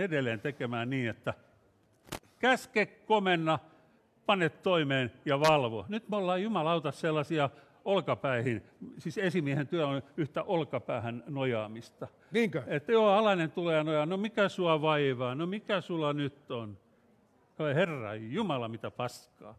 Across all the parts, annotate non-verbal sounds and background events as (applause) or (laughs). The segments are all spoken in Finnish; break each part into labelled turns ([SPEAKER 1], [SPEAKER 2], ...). [SPEAKER 1] edelleen tekemään niin, että käske, komenna, pane toimeen ja valvo. Nyt me ollaan jumalauta sellaisia olkapäihin, siis esimiehen työ on yhtä olkapäähän nojaamista.
[SPEAKER 2] Niinkö?
[SPEAKER 1] Että joo, alainen tulee ja nojaa, no mikä sua vaivaa, no mikä sulla nyt on? Oi herra, jumala mitä paskaa.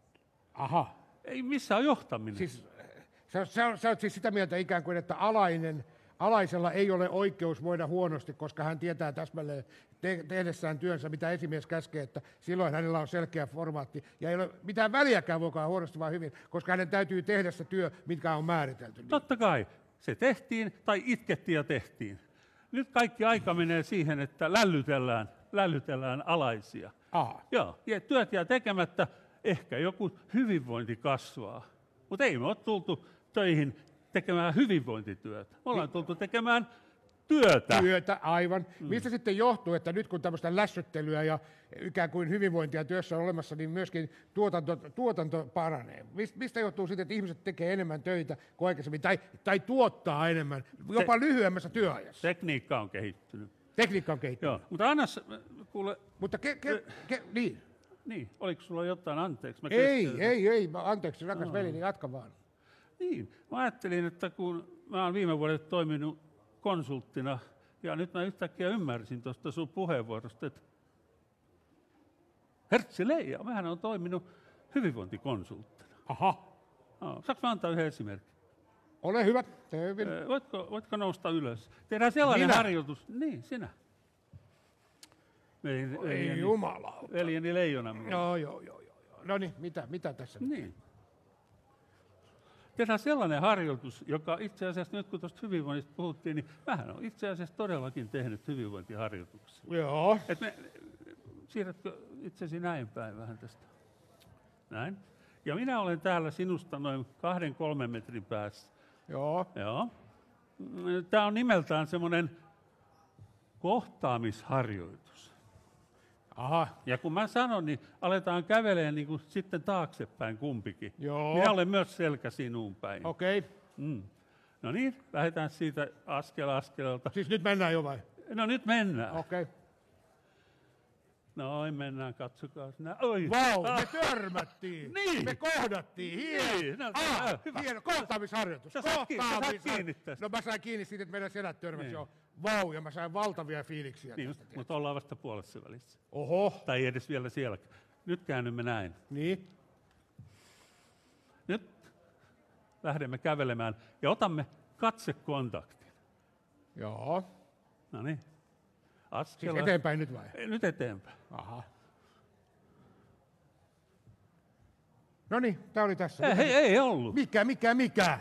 [SPEAKER 2] Aha.
[SPEAKER 1] Ei missään johtaminen. Siis...
[SPEAKER 2] Siis, sä, sä, sä oot siis sitä mieltä ikään kuin, että alainen, alaisella ei ole oikeus voida huonosti, koska hän tietää täsmälleen te, tehdessään työnsä, mitä esimies käskee, että silloin hänellä on selkeä formaatti. Ja ei ole mitään väliäkään voikaan huonosti vaan hyvin, koska hänen täytyy tehdä se työ, mitkä on määritelty.
[SPEAKER 1] Totta kai, se tehtiin tai itkettiin ja tehtiin. Nyt kaikki aika menee siihen, että lällytellään, lällytellään alaisia.
[SPEAKER 2] Aha.
[SPEAKER 1] Joo, ja työt jää tekemättä, ehkä joku hyvinvointi kasvaa. Mutta ei me ole tultu töihin tekemään hyvinvointityötä. Me ollaan tultu tekemään työtä.
[SPEAKER 2] Työtä, aivan. Mistä sitten johtuu, että nyt kun tämmöistä lässyttelyä ja ikään kuin hyvinvointia työssä on olemassa, niin myöskin tuotanto, tuotanto paranee? Mis- Mistä johtuu sitten, että ihmiset tekee enemmän töitä kuin aikaisemmin, tai, tai tuottaa enemmän, jopa
[SPEAKER 1] Te-
[SPEAKER 2] lyhyemmässä työajassa?
[SPEAKER 1] Tekniikka on kehittynyt.
[SPEAKER 2] Tekniikka on kehittynyt.
[SPEAKER 1] Joo, mutta anna, s- kuule,
[SPEAKER 2] Mutta ke, ke, ke, niin.
[SPEAKER 1] niin, oliko sulla jotain anteeksi? Mä
[SPEAKER 2] Ei,
[SPEAKER 1] keskeytin.
[SPEAKER 2] ei, ei, mä- anteeksi rakas veli, niin jatka vaan.
[SPEAKER 1] Niin, mä ajattelin, että kun mä oon viime vuodet toiminut konsulttina, ja nyt mä yhtäkkiä ymmärsin tuosta sun puheenvuorosta, että Hertsi Leija, mähän on toiminut hyvinvointikonsulttina.
[SPEAKER 2] Aha.
[SPEAKER 1] No, saanko mä antaa yhden esimerkin?
[SPEAKER 2] Ole hyvä, tee hyvin.
[SPEAKER 1] Ö, Voitko, voitko nousta ylös? Tehdään sellainen
[SPEAKER 2] Minä?
[SPEAKER 1] harjoitus. Niin, sinä. Veljeni,
[SPEAKER 2] Ei niin.
[SPEAKER 1] veljeni,
[SPEAKER 2] jumala.
[SPEAKER 1] veljeni leijona.
[SPEAKER 2] Joo, joo, joo, joo. joo. No niin, mitä, mitä tässä? nyt?
[SPEAKER 1] Niin. Tehdään sellainen harjoitus, joka itse asiassa nyt kun tuosta hyvinvoinnista puhuttiin, niin vähän on itse asiassa todellakin tehnyt hyvinvointiharjoituksia.
[SPEAKER 2] Joo.
[SPEAKER 1] Et me, siirrätkö itsesi näin päin vähän tästä? Näin. Ja minä olen täällä sinusta noin kahden kolmen metrin päässä.
[SPEAKER 2] Joo.
[SPEAKER 1] Joo. Tämä on nimeltään semmoinen kohtaamisharjoitus.
[SPEAKER 2] Aha.
[SPEAKER 1] Ja kun mä sanon, niin aletaan käveleen niin kuin sitten taaksepäin kumpikin.
[SPEAKER 2] Joo.
[SPEAKER 1] Minä olen myös selkä sinuun päin.
[SPEAKER 2] Okei.
[SPEAKER 1] Mm. No niin, lähdetään siitä askel askeleelta.
[SPEAKER 2] Siis nyt mennään jo vai?
[SPEAKER 1] No nyt mennään. Okay.
[SPEAKER 2] Okei.
[SPEAKER 1] Noin mennään, katsokaa sinä. Oi.
[SPEAKER 2] Vau,
[SPEAKER 1] Ah,
[SPEAKER 2] me
[SPEAKER 1] (laughs)
[SPEAKER 2] törmättiin.
[SPEAKER 1] Niin.
[SPEAKER 2] Me kohdattiin. Hieno.
[SPEAKER 1] Niin, no,
[SPEAKER 2] ah,
[SPEAKER 1] äh, hyvä.
[SPEAKER 2] hieno. Kohtaamisharjoitus.
[SPEAKER 1] Sä saat kiinni, sä saat kiinni tästä.
[SPEAKER 2] No mä sain kiinni siitä, että meidän selät törmäsi.
[SPEAKER 1] Niin.
[SPEAKER 2] Joo. Vau, ja mä sain valtavia fiiliksiä
[SPEAKER 1] niin,
[SPEAKER 2] tästä.
[SPEAKER 1] mutta ollaan vasta puolessa välissä.
[SPEAKER 2] Oho.
[SPEAKER 1] Tai ei edes vielä siellä. Nyt käännymme näin.
[SPEAKER 2] Niin.
[SPEAKER 1] Nyt lähdemme kävelemään ja otamme katsekontaktin.
[SPEAKER 2] Joo.
[SPEAKER 1] No niin.
[SPEAKER 2] Siis
[SPEAKER 1] Askel.
[SPEAKER 2] eteenpäin nyt vai?
[SPEAKER 1] Nyt eteenpäin.
[SPEAKER 2] Aha. No niin, tää oli tässä.
[SPEAKER 1] Ei, ei, ei ollut.
[SPEAKER 2] Mikä, mikä, mikä?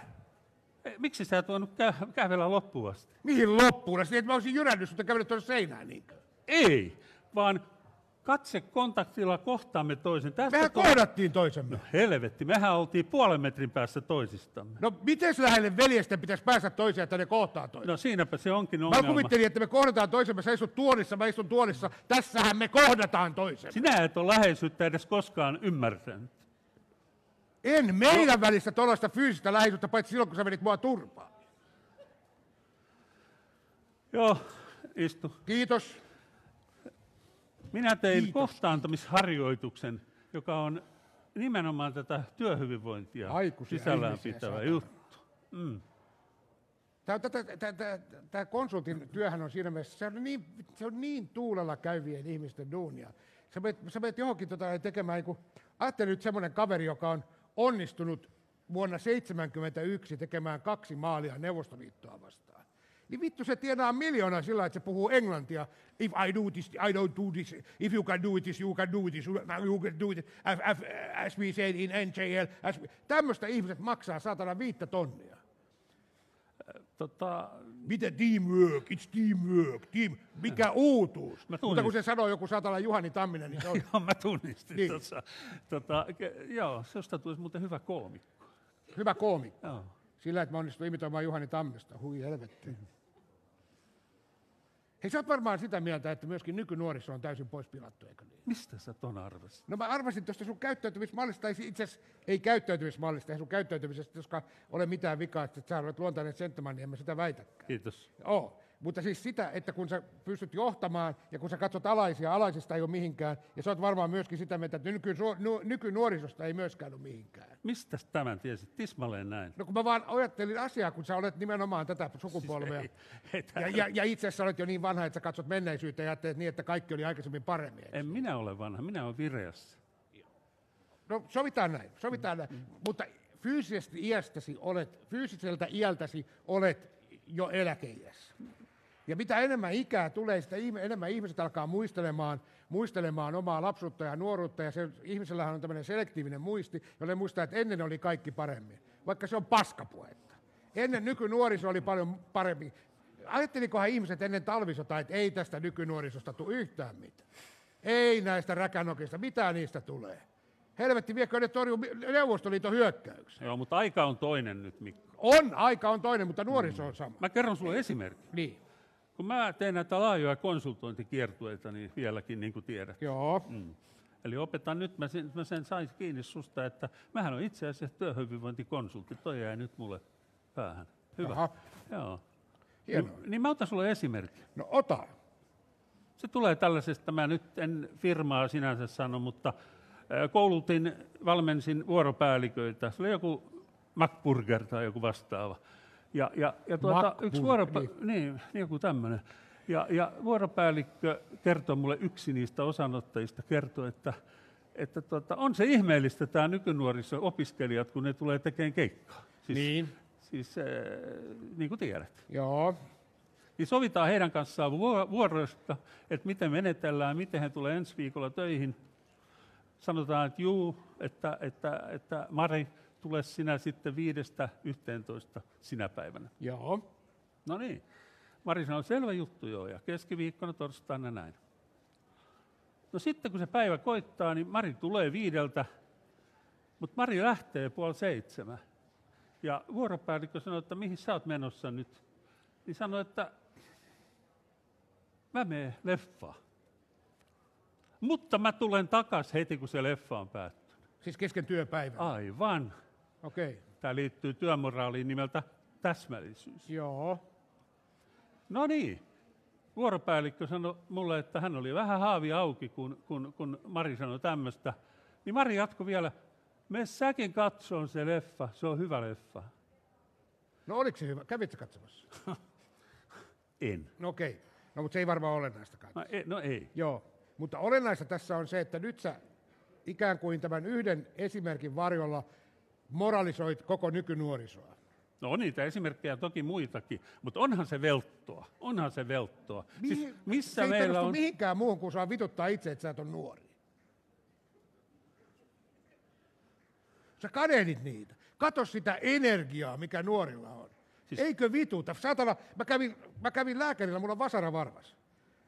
[SPEAKER 1] Ei, Miksi sä et voinut kä- kävellä loppuun asti?
[SPEAKER 2] Mihin loppuun? Sitten että mä olisin jyrännyt sut ja kävellyt tuonne seinään niin. niinkö?
[SPEAKER 1] Ei, vaan katsekontaktilla kohtaamme toisen. Tästä
[SPEAKER 2] Mehän
[SPEAKER 1] tulee-
[SPEAKER 2] kohdattiin toisemme.
[SPEAKER 1] Helvetti, mehän oltiin puolen metrin päässä toisistamme.
[SPEAKER 2] No miten lähelle veljestä pitäisi päästä toiseen, että ne kohtaa toisen?
[SPEAKER 1] No siinäpä se onkin
[SPEAKER 2] Mä
[SPEAKER 1] ongelma.
[SPEAKER 2] kuvittelin, että me kohdataan toisemme. Sä istut tuolissa, mä istun tuolissa. Tässähän me kohdataan toisemme.
[SPEAKER 1] Sinä et ole läheisyyttä edes koskaan ymmärtänyt.
[SPEAKER 2] En meidän välissä tuollaista fyysistä läheisyyttä, paitsi silloin, kun sä menit mua turpaan.
[SPEAKER 1] Joo, istu.
[SPEAKER 2] Kiitos.
[SPEAKER 1] Minä tein
[SPEAKER 2] Kiitos.
[SPEAKER 1] kohtaantumisharjoituksen, joka on nimenomaan tätä työhyvinvointia
[SPEAKER 2] Aikuisia
[SPEAKER 1] sisällään
[SPEAKER 2] ihmisiä
[SPEAKER 1] pitävä
[SPEAKER 2] saatana.
[SPEAKER 1] juttu.
[SPEAKER 2] Tämä, tämä, tämä, tämä, tämä konsultin työhän on siinä mielessä, se on niin, se on niin tuulella käyvien ihmisten duunia. Sä menet, sä menet johonkin tota, tekemään, kun ajattele nyt semmoinen kaveri, joka on onnistunut vuonna 1971 tekemään kaksi maalia Neuvostoliittoa vastaan. Niin vittu se tienaa miljoonaa sillä, lailla, että se puhuu englantia. If I do this, I don't do this. If you can do this, you can do this. You can do this. As, as, as we said in NJL. As we... Tämmöistä ihmiset maksaa saatana viittä tonnia.
[SPEAKER 1] Tota,
[SPEAKER 2] Mitä teamwork, it's teamwork, team, mikä uutuus.
[SPEAKER 1] Mä
[SPEAKER 2] Mutta kun
[SPEAKER 1] tunnistin.
[SPEAKER 2] se sanoo joku satana Juhani Tamminen, niin
[SPEAKER 1] (laughs)
[SPEAKER 2] se on, (laughs)
[SPEAKER 1] joo, mä tunnistin niin.
[SPEAKER 2] Niin.
[SPEAKER 1] tuossa. Tota, ke- joo, susta tulisi muuten hyvä kolmikko.
[SPEAKER 2] hyvä koomi.
[SPEAKER 1] Joo.
[SPEAKER 2] Sillä, että mä onnistuin imitoimaan Juhani Tammista, hui helvetti. Hei, sä oot varmaan sitä mieltä, että myöskin nykynuorissa on täysin pois pilattu, eikö niin?
[SPEAKER 1] Mistä sä ton arvasit?
[SPEAKER 2] No mä arvasin tuosta sun käyttäytymismallista, tai itse asiassa ei käyttäytymismallista, ei sun käyttäytymisestä, koska ole mitään vikaa, että sä olet luontainen senttimanni, en mä sitä väitäkään.
[SPEAKER 1] Kiitos.
[SPEAKER 2] Joo. Mutta siis sitä, että kun sä pystyt johtamaan ja kun sä katsot alaisia, alaisista ei ole mihinkään. Ja sä oot varmaan myöskin sitä mieltä, että nykysu- nu- nykynuorisosta ei myöskään ole mihinkään.
[SPEAKER 1] Mistä tämän tiesit? Tismalleen näin.
[SPEAKER 2] No kun mä vaan ajattelin asiaa, kun sä olet nimenomaan tätä sukupolvea.
[SPEAKER 1] Ei, ei
[SPEAKER 2] ja,
[SPEAKER 1] tää-
[SPEAKER 2] ja, ja itse asiassa olet jo niin vanha, että sä katsot menneisyyttä ja ajattelet niin, että kaikki oli aikaisemmin paremmin.
[SPEAKER 1] En minä ole vanha, minä olen vireässä.
[SPEAKER 2] No sovitaan näin, sovitaan näin. Mutta fyysisesti iästäsi olet, fyysiseltä iältäsi olet jo eläkeiässä. Ja mitä enemmän ikää tulee, sitä ihme- enemmän ihmiset alkaa muistelemaan, muistelemaan omaa lapsuutta ja nuoruutta. Ja se, ihmisellähän on tämmöinen selektiivinen muisti, jolle muistaa, että ennen oli kaikki paremmin. Vaikka se on paskapuhetta. Ennen nykynuoriso oli paljon paremmin. Ajattelikohan ihmiset ennen talvisotaa, että ei tästä nykynuorisosta tule yhtään mitään. Ei näistä räkänokista, mitä niistä tulee. Helvetti viekö ne torjuu Neuvostoliiton hyökkäyksen.
[SPEAKER 1] Joo, mutta aika on toinen nyt, Mikko.
[SPEAKER 2] On, aika on toinen, mutta nuoriso on sama.
[SPEAKER 1] Mä kerron sulle esimerkin.
[SPEAKER 2] Niin.
[SPEAKER 1] Kun mä teen näitä laajoja konsultointikiertueita, niin vieläkin niin kuin tiedät.
[SPEAKER 2] Joo.
[SPEAKER 1] Eli opetan nyt, mä sen, mä sen sain kiinni susta, että mähän on itse asiassa työhyvinvointikonsultti. Toi jäi nyt mulle päähän. Hyvä.
[SPEAKER 2] Aha.
[SPEAKER 1] Joo.
[SPEAKER 2] Hienoa.
[SPEAKER 1] Niin, niin mä otan sulle esimerkki.
[SPEAKER 2] No ota.
[SPEAKER 1] Se tulee tällaisesta, mä nyt en firmaa sinänsä sano, mutta ö, koulutin, valmensin vuoropäälliköitä. Se oli joku MacBurger tai joku vastaava. Ja, ja, ja tuota,
[SPEAKER 2] MacBurger,
[SPEAKER 1] yksi vuoropa- niin, joku tämmöinen. Ja, ja vuoropäällikkö kertoi mulle, yksi niistä osanottajista kertoi, että, että tuota, on se ihmeellistä tämä nykynuoriso opiskelijat, kun ne tulee tekemään keikkaa. Siis,
[SPEAKER 2] Niin.
[SPEAKER 1] Siis, äh, niin kuin tiedät
[SPEAKER 2] Joo.
[SPEAKER 1] niin sovitaan heidän kanssaan vuo- vuoroista, että miten menetellään, miten he tulee ensi viikolla töihin. Sanotaan, että juu, että, että, että Mari, tule sinä sitten viidestä yhteentoista sinä päivänä.
[SPEAKER 2] Joo.
[SPEAKER 1] No niin. Mari sanoi, selvä juttu joo, ja keskiviikkona, torstaina näin. No sitten kun se päivä koittaa, niin Mari tulee viideltä, mutta Mari lähtee puoli seitsemän. Ja vuoropäällikkö sanoi, että mihin sä oot menossa nyt? Niin sanoi, että mä menen leffaan. Mutta mä tulen takas heti, kun se leffa on päättynyt.
[SPEAKER 2] Siis kesken työpäivän.
[SPEAKER 1] Aivan.
[SPEAKER 2] Okei. Okay.
[SPEAKER 1] Tämä liittyy työmoraaliin nimeltä täsmällisyys.
[SPEAKER 2] Joo.
[SPEAKER 1] No niin. Vuoropäällikkö sanoi mulle, että hän oli vähän haavi auki, kun, kun, kun Mari sanoi tämmöistä. Niin Mari jatkoi vielä, me säkin katsoon se leffa, se on hyvä leffa.
[SPEAKER 2] No oliko se hyvä? Kävitkö katsomassa?
[SPEAKER 1] En.
[SPEAKER 2] No okei. Okay. No mutta se ei varmaan olennaistakaan.
[SPEAKER 1] No ei. No ei.
[SPEAKER 2] Joo, mutta olennaista tässä on se, että nyt sä ikään kuin tämän yhden esimerkin varjolla moralisoit koko nykynuorisoa.
[SPEAKER 1] No on niitä esimerkkejä toki muitakin, mutta onhan se velttoa. Onhan se velttoa. Siis
[SPEAKER 2] Mihin- se
[SPEAKER 1] missä
[SPEAKER 2] ei
[SPEAKER 1] meillä
[SPEAKER 2] perustu
[SPEAKER 1] on...
[SPEAKER 2] mihinkään muuhun, kun saa vituttaa itse, että sä et ole nuori. Sä kadehdit niitä. Kato sitä energiaa, mikä nuorilla on. Siis...
[SPEAKER 1] Siis-
[SPEAKER 2] Eikö vituta? Saatana, mä kävin, mä kävin lääkärillä, mulla on vasara varvas.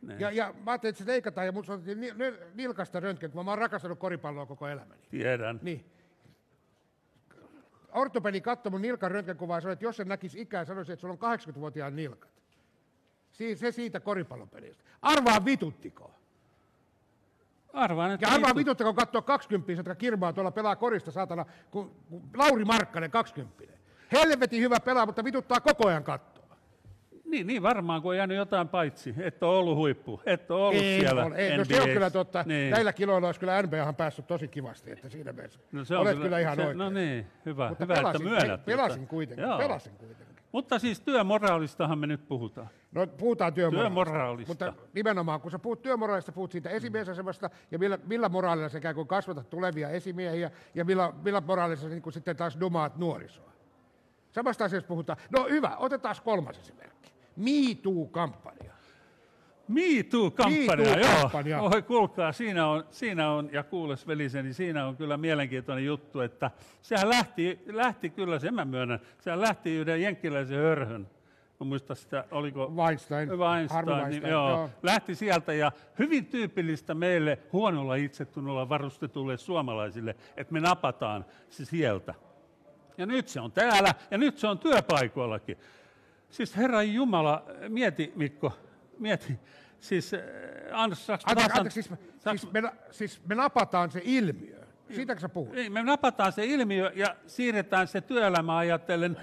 [SPEAKER 1] Niin.
[SPEAKER 2] Ja, ja mä ajattelin, että se leikataan ja mut sanottiin ni- ni- nilkasta röntgen, kun mä oon rakastanut koripalloa koko elämäni.
[SPEAKER 1] Tiedän.
[SPEAKER 2] Niin. Ortopedi katsoi mun nilkan röntgenkuvaa ja sanoi, että jos sen näkisi ikää, sanoisi, että sulla on 80-vuotiaan nilkat. Si- se siitä koripallopelistä. Arvaa vituttiko.
[SPEAKER 1] Arvaan, että
[SPEAKER 2] Ja arvaa
[SPEAKER 1] vitu-
[SPEAKER 2] vituttiko katsoa 20 jotka kirmaa tuolla pelaa korista, saatana, kun, kun Lauri Markkanen 20 Helvetin hyvä pelaa, mutta vituttaa koko ajan kattoa.
[SPEAKER 1] Niin, niin varmaan, kun on jäänyt jotain paitsi. Et ole ollut huippu, et ole ollut siellä
[SPEAKER 2] ole, ei, no se on
[SPEAKER 1] NBA:ssä.
[SPEAKER 2] kyllä totta.
[SPEAKER 1] Niin.
[SPEAKER 2] Näillä kiloilla olisi kyllä NBAhan päässyt tosi kivasti, että siinä mielessä.
[SPEAKER 1] No se on
[SPEAKER 2] Olet kyllä, ihan
[SPEAKER 1] se,
[SPEAKER 2] oikein.
[SPEAKER 1] No niin, hyvä,
[SPEAKER 2] mutta
[SPEAKER 1] hyvä
[SPEAKER 2] pelasin,
[SPEAKER 1] että myönnät.
[SPEAKER 2] pelasin
[SPEAKER 1] mutta-
[SPEAKER 2] kuitenkin,
[SPEAKER 1] Joo.
[SPEAKER 2] pelasin kuitenkin.
[SPEAKER 1] Mutta siis työmoraalistahan me nyt puhutaan.
[SPEAKER 2] No puhutaan työmoraalista.
[SPEAKER 1] Työmoraalista.
[SPEAKER 2] Mutta nimenomaan, kun sä puhut työmoraalista, puhut siitä esimiesasemasta ja millä, millä moraalilla sä ikään kuin kasvatat tulevia esimiehiä ja millä, millä moraalilla sä niin kuin sitten taas domaat nuorisoa. Samasta asiasta puhutaan. No hyvä, otetaan kolmas esimerkki. Me Too-kampanja.
[SPEAKER 1] Me Too-kampanja,
[SPEAKER 2] Me Too-kampanja.
[SPEAKER 1] joo. Oi, kuulkaa, siinä on, siinä on, ja kuules veliseni, siinä on kyllä mielenkiintoinen juttu, että sehän lähti, lähti kyllä, sen mä myönnän, sehän lähti yhden jenkkiläisen hörhön. Mä muista sitä, oliko
[SPEAKER 2] Weinstein. Harvey
[SPEAKER 1] Weinstein,
[SPEAKER 2] Weinstein,
[SPEAKER 1] niin, joo,
[SPEAKER 2] joo.
[SPEAKER 1] lähti sieltä ja hyvin tyypillistä meille huonolla itsetunnolla varustetulle suomalaisille, että me napataan se sieltä. Ja nyt se on täällä ja nyt se on työpaikoillakin. Siis Herra Jumala, mieti Mikko, mieti. Siis äh, Anders Saks,
[SPEAKER 2] Anteeksi, anteeksi siis, me, siis, me, na- siis me napataan se ilmiö. Siitäkö sä puhut?
[SPEAKER 1] Niin, me napataan se ilmiö ja siirretään se työelämää ajatellen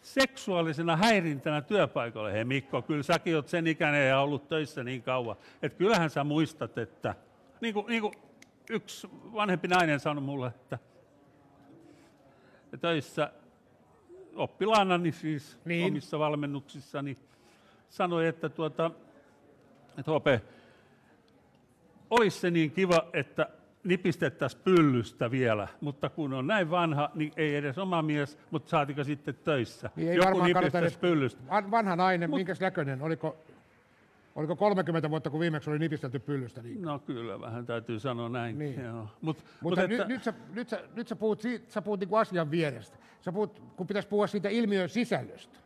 [SPEAKER 1] seksuaalisena häirintänä työpaikalla. Hei Mikko, kyllä säkin oot sen ikäinen ja ollut töissä niin kauan, että kyllähän sä muistat, että niin kuin, niin kuin yksi vanhempi nainen sanoi mulle, että töissä oppilaana niin siis
[SPEAKER 2] Niin.
[SPEAKER 1] niin. omissa valmennuksissani sanoi, että, tuota, että Hope, olisi se niin kiva, että nipistettäisiin pyllystä vielä, mutta kun on näin vanha, niin ei edes oma mies, mutta saatika sitten töissä.
[SPEAKER 2] Niin ei
[SPEAKER 1] Joku
[SPEAKER 2] varmaan kannata
[SPEAKER 1] nipistäisi
[SPEAKER 2] edes
[SPEAKER 1] pyllystä.
[SPEAKER 2] Van, vanha nainen, minkäs näköinen, oliko, oliko 30 vuotta, kun viimeksi oli nipistelty pyllystä? Niin.
[SPEAKER 1] No kyllä, vähän täytyy sanoa näin.
[SPEAKER 2] Niin.
[SPEAKER 1] Niin. Joo. Mut, mut
[SPEAKER 2] Mutta
[SPEAKER 1] että,
[SPEAKER 2] nyt, nyt, sä, nyt, sä, nyt sä puhut, siitä, sä puhut niinku asian vierestä. Sä puhut, kun pitäisi puhua siitä ilmiön sisällöstä.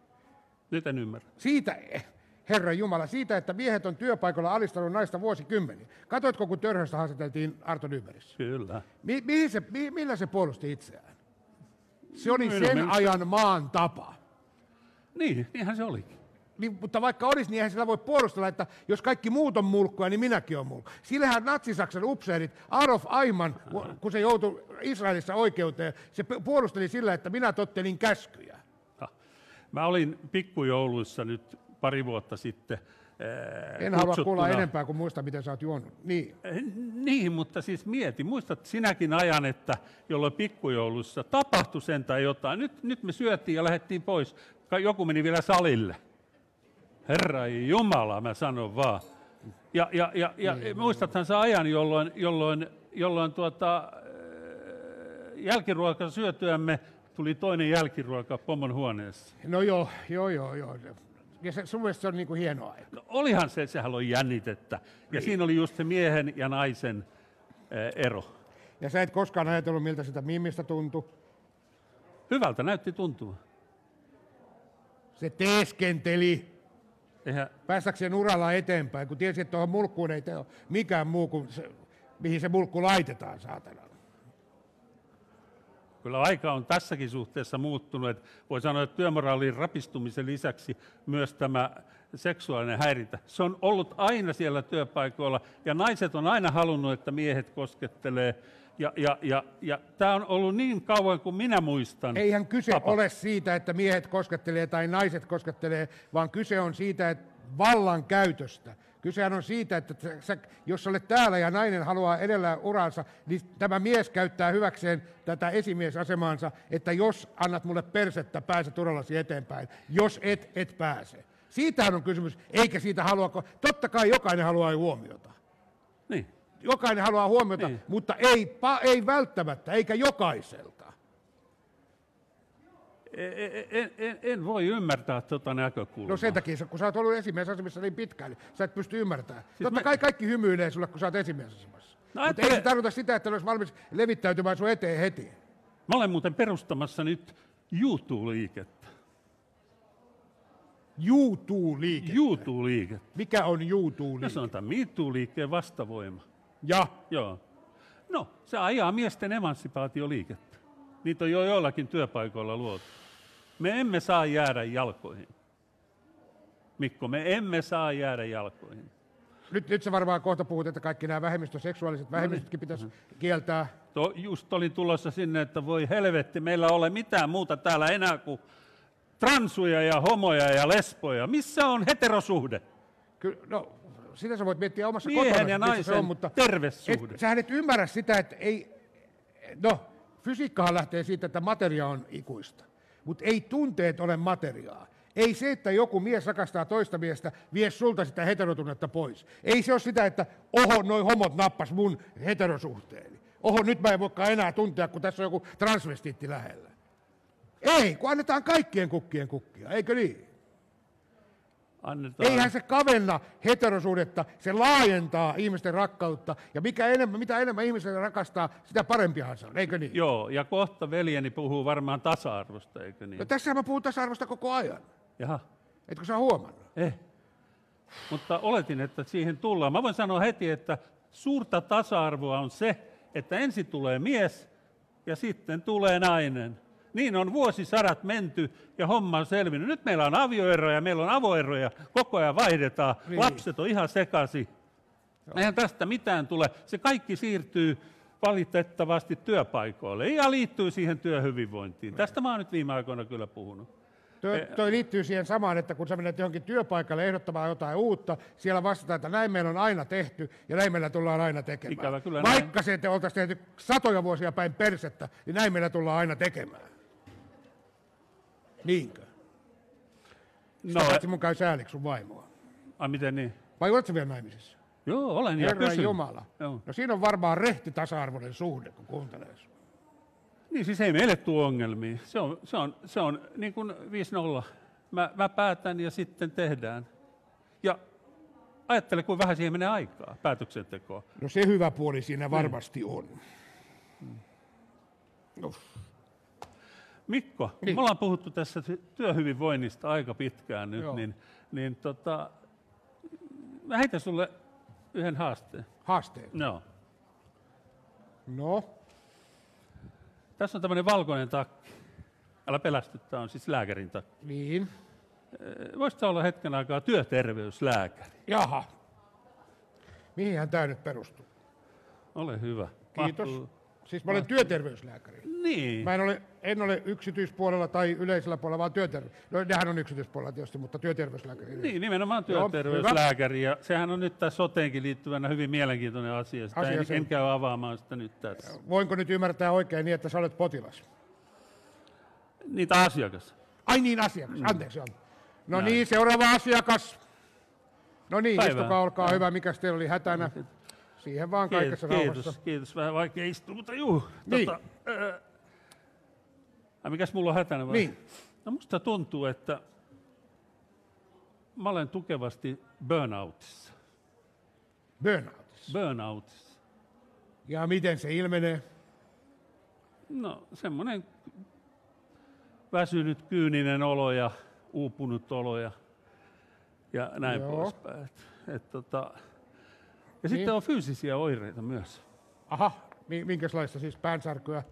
[SPEAKER 1] nyt en ymmärrä.
[SPEAKER 2] Siitä, Herra Jumala, siitä, että miehet on työpaikalla alistanut naista vuosikymmeniä. Katoitko, kun Törhöstä haastateltiin Arto Nybergissä?
[SPEAKER 1] Kyllä.
[SPEAKER 2] Mi, mihin se, mi, millä se puolusti itseään? Se oli
[SPEAKER 1] Minun
[SPEAKER 2] sen
[SPEAKER 1] mielestä-
[SPEAKER 2] ajan maan tapa.
[SPEAKER 1] Niin, niinhän se olikin.
[SPEAKER 2] Niin, mutta vaikka olisi, niin eihän sillä voi puolustella, että jos kaikki muut on mulkkuja, niin minäkin olen mulkku. Sillähän natsisaksan upseerit, Adolf Aiman, kun se joutui Israelissa oikeuteen, se p- puolusteli sillä, että minä tottelin käskyjä.
[SPEAKER 1] Ja. Mä olin pikkujouluissa nyt pari vuotta sitten. ää,
[SPEAKER 2] En halua kuulla
[SPEAKER 1] kutsuttuna-
[SPEAKER 2] enempää kuin muista, miten sä oot juonut. Niin.
[SPEAKER 1] Eh, Niin, mutta siis mieti, muistat sinäkin ajan, että jolloin pikkujoulussa tapahtui sen tai jotain. Nyt, nyt me syötiin ja lähdettiin pois. Ka- Joku meni vielä salille. Herra Jumala, mä sanon vaan. Ja, ja, ja, ja niin, muistathan sä ajan, jolloin, jolloin, jolloin tuota, eh, jälkiruoka syötyämme tuli toinen jälkiruoka pomon huoneessa.
[SPEAKER 2] No joo, joo, joo, joo. Ja se, sun mielestä se on niin kuin hieno aika.
[SPEAKER 1] No olihan se, sehän oli jännitettä. Ja niin. siinä oli just se miehen ja naisen eh, ero.
[SPEAKER 2] Ja sä et koskaan ajatellut, miltä sitä mimistä tuntui.
[SPEAKER 1] Hyvältä näytti tuntua.
[SPEAKER 2] Se teeskenteli
[SPEAKER 1] Eihän,
[SPEAKER 2] päästäkseen uralla eteenpäin, kun tiesi, että tuohon mulkkuun ei tee mikään muu kuin se, mihin se mulkku laitetaan, saatana.
[SPEAKER 1] kyllä aika on tässäkin suhteessa muuttunut. Että voi sanoa, että työmoraalin rapistumisen lisäksi myös tämä seksuaalinen häirintä. Se on ollut aina siellä työpaikoilla ja naiset on aina halunnut, että miehet koskettelee. Ja, ja, ja, ja tämä on ollut niin kauan kuin minä muistan.
[SPEAKER 2] Eihän kyse
[SPEAKER 1] tapa.
[SPEAKER 2] ole siitä, että miehet koskettelee tai naiset koskettelee, vaan kyse on siitä, että vallan käytöstä. Kysehän on siitä, että sä- sä, jos olet täällä ja nainen haluaa edellä uransa, niin tämä mies käyttää hyväkseen tätä esimiesasemaansa, että jos annat mulle persettä, pääset urallasi eteenpäin. Jos et, et pääse. Siitähän on kysymys, eikä siitä halua, ko- totta kai jokainen haluaa huomiota.
[SPEAKER 1] Niin.
[SPEAKER 2] Jokainen haluaa huomiota,
[SPEAKER 1] Niin.
[SPEAKER 2] mutta ei, pa, ei välttämättä, eikä jokaiselta.
[SPEAKER 1] En, E, en- en, en voi ymmärtää tuota näkökulmaa.
[SPEAKER 2] No sen takia, kun sä oot ollut esimiesasemassa niin pitkään, niin sä et pysty ymmärtämään. Siis Totta
[SPEAKER 1] mä-
[SPEAKER 2] kai kaikki hymyilee sulle, kun sä oot esimiesasemassa.
[SPEAKER 1] No
[SPEAKER 2] Mutta ei
[SPEAKER 1] ajattele-
[SPEAKER 2] se tarkoita sitä, että ne olisi valmis levittäytymään sun eteen heti.
[SPEAKER 1] Mä olen muuten perustamassa nyt YouTube-liikettä.
[SPEAKER 2] YouTube-liike.
[SPEAKER 1] YouTube-liikettä.
[SPEAKER 2] Mikä on
[SPEAKER 1] Ja
[SPEAKER 2] YouTube-liike?
[SPEAKER 1] se on tämän MeToo-liikkeen vastavoima.
[SPEAKER 2] Ja
[SPEAKER 1] Joo. No, se ajaa miesten emansipaatioliikettä. Niitä on jo joillakin työpaikoilla luotu. Me emme saa jäädä jalkoihin. Mikko, me emme saa jäädä jalkoihin.
[SPEAKER 2] nyt, nyt sä varmaan kohta puhut, että kaikki nämä
[SPEAKER 1] No niin.
[SPEAKER 2] vähemmistöseksuaaliset vähemmistötkin pitäisi kieltää.
[SPEAKER 1] To, just olin tulossa sinne, että voi helvetti, meillä ei ole mitään muuta täällä enää kuin transuja ja homoja ja lesboja. Missä on heterosuhde?
[SPEAKER 2] Kyllä, no, sitä sä voit miettiä omassa
[SPEAKER 1] Miehen
[SPEAKER 2] kotona,
[SPEAKER 1] ja
[SPEAKER 2] missä se
[SPEAKER 1] naisen
[SPEAKER 2] on, mutta
[SPEAKER 1] terve
[SPEAKER 2] et,
[SPEAKER 1] suhde.
[SPEAKER 2] sähän et ymmärrä sitä, että ei, no, fysiikkahan lähtee siitä, että materia on ikuista, mutta ei tunteet ole materiaa. Ei se, että joku mies rakastaa toista miestä, vie sulta sitä heterotunnetta pois. Ei se ole sitä, että oho, noi homot nappas mun heterosuhteeni. Oho, nyt mä en voikaan enää tuntea, kun tässä on joku transvestiitti lähellä. Ei, kun annetaan kaikkien kukkien kukkia, eikö niin?
[SPEAKER 1] Annetaan.
[SPEAKER 2] Eihän se kavenna heterosuudetta, se laajentaa ihmisten rakkautta. Ja mikä enemmän, mitä enemmän ihmiset rakastaa, sitä parempihan se on, eikö niin?
[SPEAKER 1] Joo, ja kohta veljeni puhuu varmaan tasa-arvosta, eikö niin?
[SPEAKER 2] No tässä mä puhun tasa-arvosta koko ajan.
[SPEAKER 1] Jaha.
[SPEAKER 2] Etkö sä huomannut?
[SPEAKER 1] Eh. Mutta oletin, että siihen tullaan. Mä voin sanoa heti, että suurta tasa-arvoa on se, että ensin tulee mies ja sitten tulee nainen. Niin on vuosisadat menty ja homma on selvinnyt. Nyt meillä on avioeroja, meillä on avoeroja, koko ajan vaihdetaan.
[SPEAKER 2] Niin.
[SPEAKER 1] Niin. Lapset on ihan sekaisin. Eihän tästä mitään tule. Se kaikki siirtyy valitettavasti työpaikoille ja liittyy siihen työhyvinvointiin. Tästä mä oon nyt viime aikoina kyllä puhunut.
[SPEAKER 2] Toi, toi liittyy siihen samaan, että kun sä menet johonkin työpaikalle ehdottamaan jotain uutta, siellä vastataan, että näin meillä on aina tehty ja näin meillä tullaan aina tekemään.
[SPEAKER 1] Ikävä kyllä näin.
[SPEAKER 2] Vaikka se, että oltaisiin tehty satoja vuosia päin persettä, niin näin meillä tullaan aina tekemään. Niinkö? No,
[SPEAKER 1] No,
[SPEAKER 2] paitsi mun käy sääliksi sun vaimoa.
[SPEAKER 1] a, miten niin?
[SPEAKER 2] Vai oletko vielä naimisissa?
[SPEAKER 1] Joo, olen Niin ja
[SPEAKER 2] Herran
[SPEAKER 1] pysyn.
[SPEAKER 2] Jumala.
[SPEAKER 1] Joo.
[SPEAKER 2] No siinä on varmaan rehti tasa-arvoinen suhde, kun kuuntelee sua.
[SPEAKER 1] Niin siis ei meille tuo ongelmia. Se on, se on, se on niin kuin 5-0. Mä, mä päätän ja sitten tehdään. Ja ajattele, kuin vähän siihen menee aikaa päätöksentekoon.
[SPEAKER 2] No se hyvä puoli
[SPEAKER 1] Niin.
[SPEAKER 2] siinä varmasti on.
[SPEAKER 1] Mm. Mikko,
[SPEAKER 2] Niin.
[SPEAKER 1] niin. me ollaan puhuttu tässä ty- työhyvinvoinnista aika pitkään nyt,
[SPEAKER 2] Joo.
[SPEAKER 1] niin, niin tota, mä heitän sulle yhden haasteen.
[SPEAKER 2] Haasteet.
[SPEAKER 1] No.
[SPEAKER 2] No,
[SPEAKER 1] Tässä on tämmöinen valkoinen takki. Älä pelästy, tämä on siis lääkärin takki.
[SPEAKER 2] niin.
[SPEAKER 1] Voisitko olla hetken aikaa työterveyslääkäri?
[SPEAKER 2] Jaha. Mihinhän tämä nyt perustuu?
[SPEAKER 1] Ole hyvä.
[SPEAKER 2] Kiitos.
[SPEAKER 1] Mahtuu-
[SPEAKER 2] Siis mä olen työterveyslääkäri.
[SPEAKER 1] Niin.
[SPEAKER 2] Mä en ole, en ole yksityispuolella tai yleisellä puolella, vaan työterveys. No, nehän on yksityispuolella tietysti, mutta työterveyslääkäri.
[SPEAKER 1] Niin, nimenomaan
[SPEAKER 2] Joo,
[SPEAKER 1] työterveyslääkäri. Ja sehän on nyt tässä soteenkin liittyvänä hyvin mielenkiintoinen asia. Sitä
[SPEAKER 2] Asia
[SPEAKER 1] en,
[SPEAKER 2] se on.
[SPEAKER 1] en käy avaamaan sitä nyt tässä.
[SPEAKER 2] Voinko nyt ymmärtää oikein niin, että sä olet potilas?
[SPEAKER 1] Niitä asiakas.
[SPEAKER 2] Ai niin, asiakas.
[SPEAKER 1] Mm.
[SPEAKER 2] Anteeksi. Anteeksi. No niin, seuraava asiakas. No niin,
[SPEAKER 1] Päivää.
[SPEAKER 2] istukaa, olkaa hyvä. Mikäs teillä oli hätänä? Siihen vaan
[SPEAKER 1] Kiitos,
[SPEAKER 2] kaikessa rauhassa.
[SPEAKER 1] kiitos, kiitos. Vähän vaikea istua, mutta juu.
[SPEAKER 2] Niin.
[SPEAKER 1] Tota, ää, ai mikäs mulla on hätänä? Vai?
[SPEAKER 2] Niin.
[SPEAKER 1] No musta tuntuu, että mä olen tukevasti burnoutissa.
[SPEAKER 2] Burnoutissa.
[SPEAKER 1] Burnoutissa.
[SPEAKER 2] Ja miten se ilmenee?
[SPEAKER 1] No semmoinen väsynyt, kyyninen olo ja uupunut olo ja, ja näin
[SPEAKER 2] Joo. Niin.
[SPEAKER 1] poispäin. Et, et, tota, ja sitten on fyysisiä oireita myös.
[SPEAKER 2] Aha, mi- minkälaista siis päänsärkyä?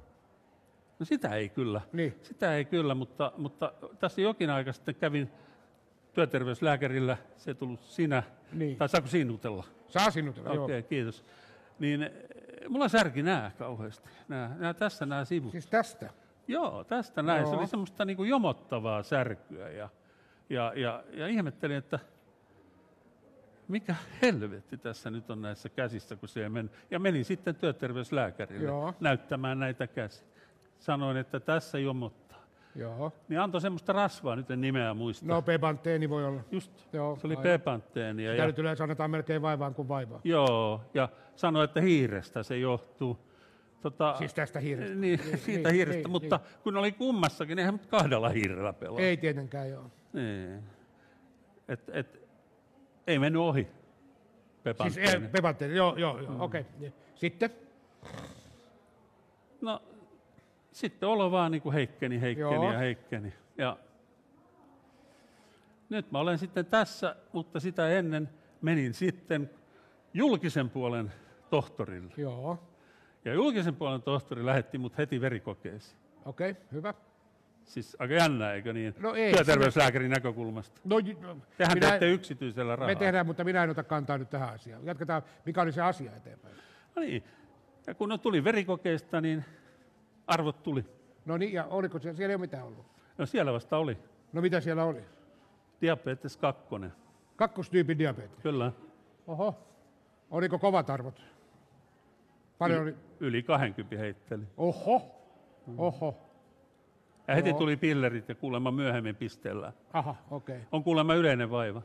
[SPEAKER 1] No sitä ei kyllä.
[SPEAKER 2] Niin.
[SPEAKER 1] Sitä ei kyllä, mutta, mutta tässä jokin aika sitten kävin työterveyslääkärillä, se ei tullut sinä,
[SPEAKER 2] Niin.
[SPEAKER 1] tai saako sinutella?
[SPEAKER 2] Saa sinutella,
[SPEAKER 1] Okei,
[SPEAKER 2] joo.
[SPEAKER 1] okay, kiitos. Niin eh, mulla särki nää kauheasti, nää, nää, tässä nämä sivut.
[SPEAKER 2] Siis tästä.
[SPEAKER 1] Joo, tästä näin. Se
[SPEAKER 2] Joo.
[SPEAKER 1] oli semmoista niin kuin jomottavaa särkyä ja, ja, ja, ja ihmettelin, että mikä helvetti tässä nyt on näissä käsissä, kun se ei mennyt. Ja menin sitten työterveyslääkärille
[SPEAKER 2] Joo.
[SPEAKER 1] näyttämään näitä käsiä. Sanoin, että tässä jomottaa.
[SPEAKER 2] Joo.
[SPEAKER 1] Niin antoi semmoista rasvaa, nyt en nimeä muista.
[SPEAKER 2] No, pebanteeni voi olla.
[SPEAKER 1] Just,
[SPEAKER 2] Joo,
[SPEAKER 1] se oli
[SPEAKER 2] aivan.
[SPEAKER 1] pepanteenia.
[SPEAKER 2] Sitä
[SPEAKER 1] Ja,
[SPEAKER 2] nyt yleensä annetaan melkein vaivaan kuin vaivaan.
[SPEAKER 1] joo, ja sanoi, että hiirestä se johtuu. Tota,
[SPEAKER 2] Siis tästä hiirestä.
[SPEAKER 1] Niin, siitä
[SPEAKER 2] niin,
[SPEAKER 1] hiirestä,
[SPEAKER 2] niin,
[SPEAKER 1] mutta kun oli kummassakin, eihän nyt kahdella hiirellä pelaa.
[SPEAKER 2] Ei tietenkään, joo.
[SPEAKER 1] Niin. Et, et, ei mennyt ohi.
[SPEAKER 2] Siis
[SPEAKER 1] Pepanteinen.
[SPEAKER 2] ei, pebanteeni, joo, joo,
[SPEAKER 1] Mm.
[SPEAKER 2] joo. okei. niin. Sitten?
[SPEAKER 1] No, sitten olo vaan niin kuin heikkeni, heikkeni
[SPEAKER 2] Joo.
[SPEAKER 1] ja heikkeni. Ja nyt mä olen sitten tässä, mutta sitä ennen menin sitten julkisen puolen tohtorille.
[SPEAKER 2] Joo,
[SPEAKER 1] Ja julkisen puolen tohtori lähetti mut heti verikokeisiin.
[SPEAKER 2] okei, hyvä.
[SPEAKER 1] Siis aika jännä, eikö niin?
[SPEAKER 2] No ei,
[SPEAKER 1] Työterveyslääkärin näkökulmasta.
[SPEAKER 2] No, j- no,
[SPEAKER 1] Tehän
[SPEAKER 2] minä,
[SPEAKER 1] teette yksityisellä
[SPEAKER 2] me
[SPEAKER 1] rahalla.
[SPEAKER 2] tehdään, mutta minä en ota kantaa nyt tähän asiaan. Jatketaan, mikä oli se asia eteenpäin.
[SPEAKER 1] No niin. Ja kun no tuli verikokeista, niin arvot tuli.
[SPEAKER 2] No niin, ja oliko se, siellä ei ole mitään ollut.
[SPEAKER 1] No siellä vasta oli.
[SPEAKER 2] No mitä siellä oli?
[SPEAKER 1] Diabetes 2.
[SPEAKER 2] Kakkostyypin diabetes.
[SPEAKER 1] Kyllä.
[SPEAKER 2] Oho. Oliko kovat arvot? Paljon oli.
[SPEAKER 1] Yli 20 heitteli.
[SPEAKER 2] Oho. Oho.
[SPEAKER 1] Ja heti
[SPEAKER 2] Joo.
[SPEAKER 1] tuli pillerit ja kuulemma myöhemmin pisteellä.
[SPEAKER 2] Aha, okei. Okay.
[SPEAKER 1] On kuulemma yleinen vaiva.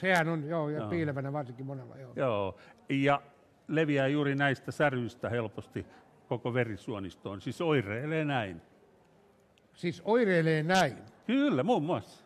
[SPEAKER 2] Sehän on, joo, ja piilevänä varsinkin monella, joo.
[SPEAKER 1] Joo. Ja leviää juuri näistä säryistä helposti koko verisuonistoon. Siis oireilee näin.
[SPEAKER 2] Siis oireilee näin.
[SPEAKER 1] Kyllä, muun muassa.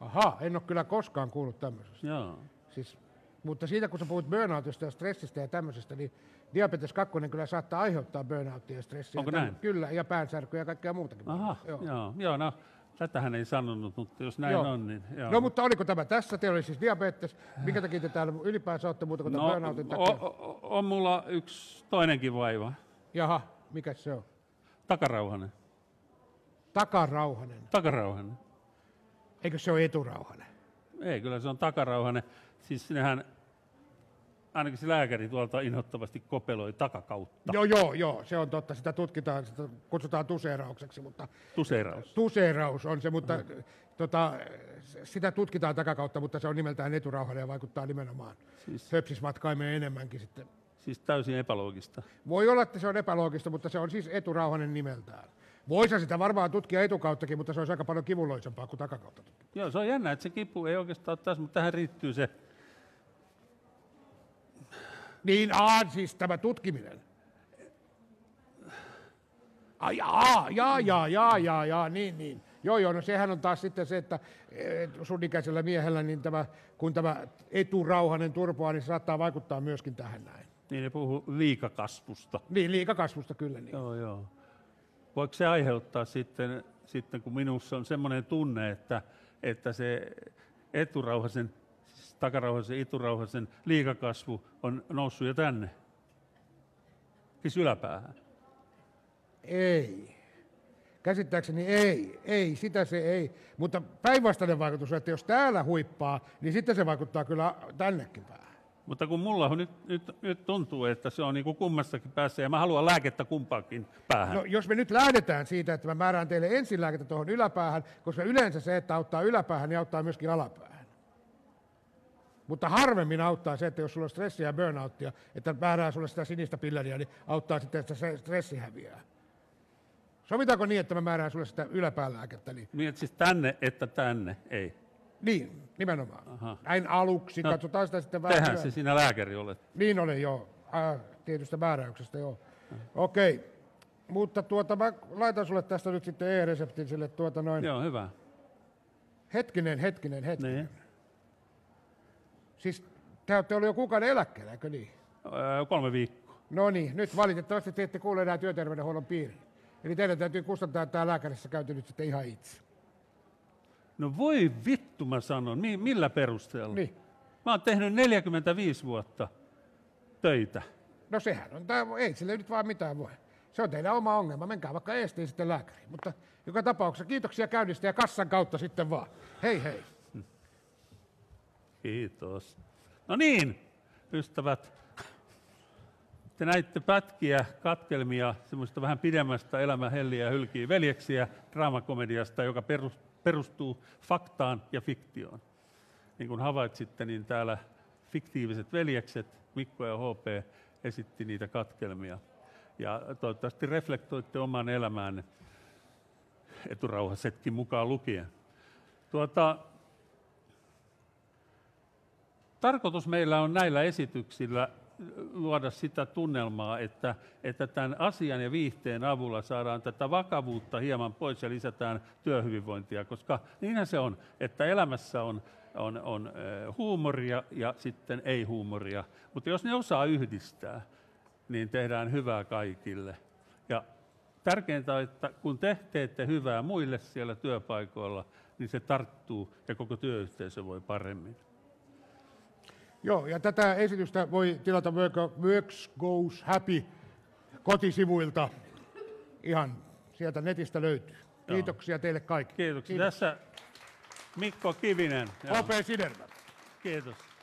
[SPEAKER 2] Aha, en ole kyllä koskaan kuullut tämmöisestä.
[SPEAKER 1] Joo.
[SPEAKER 2] Siis, mutta siitä, kun sä puhut burnoutista ja stressistä ja tämmöisestä, niin diabetes 2 kyllä saattaa aiheuttaa burnoutia ja stressiä.
[SPEAKER 1] Onko
[SPEAKER 2] ja tämmö-
[SPEAKER 1] näin?
[SPEAKER 2] Kyllä, ja päänsärkyä ja kaikkea muutakin.
[SPEAKER 1] Aha, joo. joo. joo no, tätähän ei sanonut, mutta jos näin
[SPEAKER 2] Joo.
[SPEAKER 1] on, niin joo.
[SPEAKER 2] No mutta oliko tämä tässä? Teillä oli siis diabetes. Minkä takia te täällä ylipäänsä olette muuta kuin tämän burnoutin takia?
[SPEAKER 1] No, o, o, on mulla yksi toinenkin vaiva.
[SPEAKER 2] Jaha, mikä se on?
[SPEAKER 1] Takarauhanen.
[SPEAKER 2] Takarauhanen.
[SPEAKER 1] Takarauhanen.
[SPEAKER 2] Eikö se ole eturauhanen?
[SPEAKER 1] Ei, kyllä se on takarauhanen. Siis nehän ainakin se lääkäri tuolta inhottavasti kopeloi takakautta.
[SPEAKER 2] Joo, joo, joo, se on totta. Sitä tutkitaan, sitä kutsutaan tuseeraukseksi, mutta
[SPEAKER 1] Tuseeraus.
[SPEAKER 2] tuseeraus on se, mutta tota, sitä tutkitaan takakautta, mutta se on nimeltään eturauhainen ja vaikuttaa nimenomaan
[SPEAKER 1] Siis,
[SPEAKER 2] höpsismatkaimeen enemmänkin sitten.
[SPEAKER 1] siis täysin epäloogista.
[SPEAKER 2] Voi olla, että se on epäloogista, mutta se on siis eturauhanen nimeltään. Voisi sitä varmaan tutkia etukauttakin, mutta se olisi aika paljon kivuloisempaa kuin takakautta. tutkia.
[SPEAKER 1] Joo, se on jännä, että se kipu ei oikeastaan ole tässä, mutta tähän riittyy se.
[SPEAKER 2] Niin, aa, siis tämä tutkiminen. Ai, aa, jaa, jaa, jaa, jaa, jaa, niin, niin. Joo, joo, no sehän on taas sitten se, että eh, sun ikäisellä miehellä, niin tämä, kun tämä eturauhanen turpoaa, niin se saattaa vaikuttaa myöskin tähän näin.
[SPEAKER 1] Niin ne puhuu liikakasvusta.
[SPEAKER 2] Niin, liikakasvusta kyllä niin.
[SPEAKER 1] Joo, joo. Voiko se aiheuttaa sitten, sitten kun minussa on semmoinen tunne, että, että se eturauhasen, siis takarauhasen, eturauhasen liikakasvu on noussut jo tänne? Siis yläpäähän.
[SPEAKER 2] Ei. Käsittääkseni ei, ei, sitä se ei. Mutta päinvastainen vaikutus on, että jos täällä huippaa, niin sitten se vaikuttaa kyllä tännekin päähän.
[SPEAKER 1] Mutta kun mulla on nyt, nyt, nyt tuntuu, että se on niin kuin kummassakin päässä ja mä haluan lääkettä kumpaakin päähän.
[SPEAKER 2] No, jos me nyt lähdetään siitä, että mä määrään teille ensin lääkettä tuohon yläpäähän, koska yleensä se, että auttaa yläpäähän, niin auttaa myöskin alapäähän. Mutta harvemmin auttaa se, että jos sulla on stressiä ja burnouttia, että määrää sulle sitä sinistä pilleria, niin auttaa sitten, että se stressi häviää. Sovitaanko niin, että mä määrään sulle sitä yläpään lääkettä, niin
[SPEAKER 1] Niin, että siis tänne, että tänne, ei.
[SPEAKER 2] Niin, nimenomaan.
[SPEAKER 1] Aha.
[SPEAKER 2] Näin aluksi,
[SPEAKER 1] No,
[SPEAKER 2] katsotaan sitä sitten vähän.
[SPEAKER 1] Tehän
[SPEAKER 2] myöhemmin.
[SPEAKER 1] se sinä lääkäri olet.
[SPEAKER 2] Niin oli, joo. Äh, tietystä määräyksestä, joo. Okei. Mutta tuota, mä laitan sulle tästä nyt sitten e-reseptin sille tuota noin.
[SPEAKER 1] Joo, hyvä.
[SPEAKER 2] Hetkinen, hetkinen, hetkinen.
[SPEAKER 1] Niin.
[SPEAKER 2] Siis te olette ollut jo kuukauden eläkkeellä, eikö niin?
[SPEAKER 1] Öö, kolme viikkoa.
[SPEAKER 2] No niin, nyt valitettavasti te ette kuule enää työterveydenhuollon piiriin. Eli teidän täytyy kustantaa tämä lääkärissä käyty nyt sitten ihan itse.
[SPEAKER 1] No voi vittu mä sanon, Mi- millä perusteella?
[SPEAKER 2] Niin.
[SPEAKER 1] Mä oon tehnyt 45 vuotta töitä.
[SPEAKER 2] No sehän on, tää, ei sille nyt vaan mitään voi. Se on teidän oma ongelma, menkää vaikka eestiin sitten lääkäriin. Mutta joka tapauksessa kiitoksia käynnistä ja kassan kautta sitten vaan. Hei hei.
[SPEAKER 1] Kiitos. No niin, ystävät. Te näitte pätkiä, katkelmia, semmoista vähän pidemmästä elämä helliä ja hylkiä veljeksiä draamakomediasta, joka perus- perustuu faktaan ja fiktioon. Niin kuin havaitsitte, niin täällä fiktiiviset veljekset, Mikko ja HP, esitti niitä katkelmia. Ja toivottavasti reflektoitte oman elämäänne eturauhasetkin mukaan lukien. Tuota, tarkoitus meillä on näillä esityksillä luoda sitä tunnelmaa, että, että tämän asian ja viihteen avulla saadaan tätä vakavuutta hieman pois ja lisätään työhyvinvointia, koska niinhän se on, että elämässä on, on, on eh, huumoria ja sitten ei-huumoria. Mutta jos ne osaa yhdistää, niin tehdään hyvää kaikille. Ja tärkeintä on, että kun te teette hyvää muille siellä työpaikoilla, niin se tarttuu ja koko työyhteisö voi paremmin.
[SPEAKER 2] Joo, ja tätä esitystä voi tilata Work- Works Goes Happy kotisivuilta. Ihan sieltä netistä löytyy. Kiitoksia teille kaikille.
[SPEAKER 1] Kiitoksia. Tässä Mikko Kivinen.
[SPEAKER 2] Kiitos. Ope Siderman.
[SPEAKER 1] Kiitos.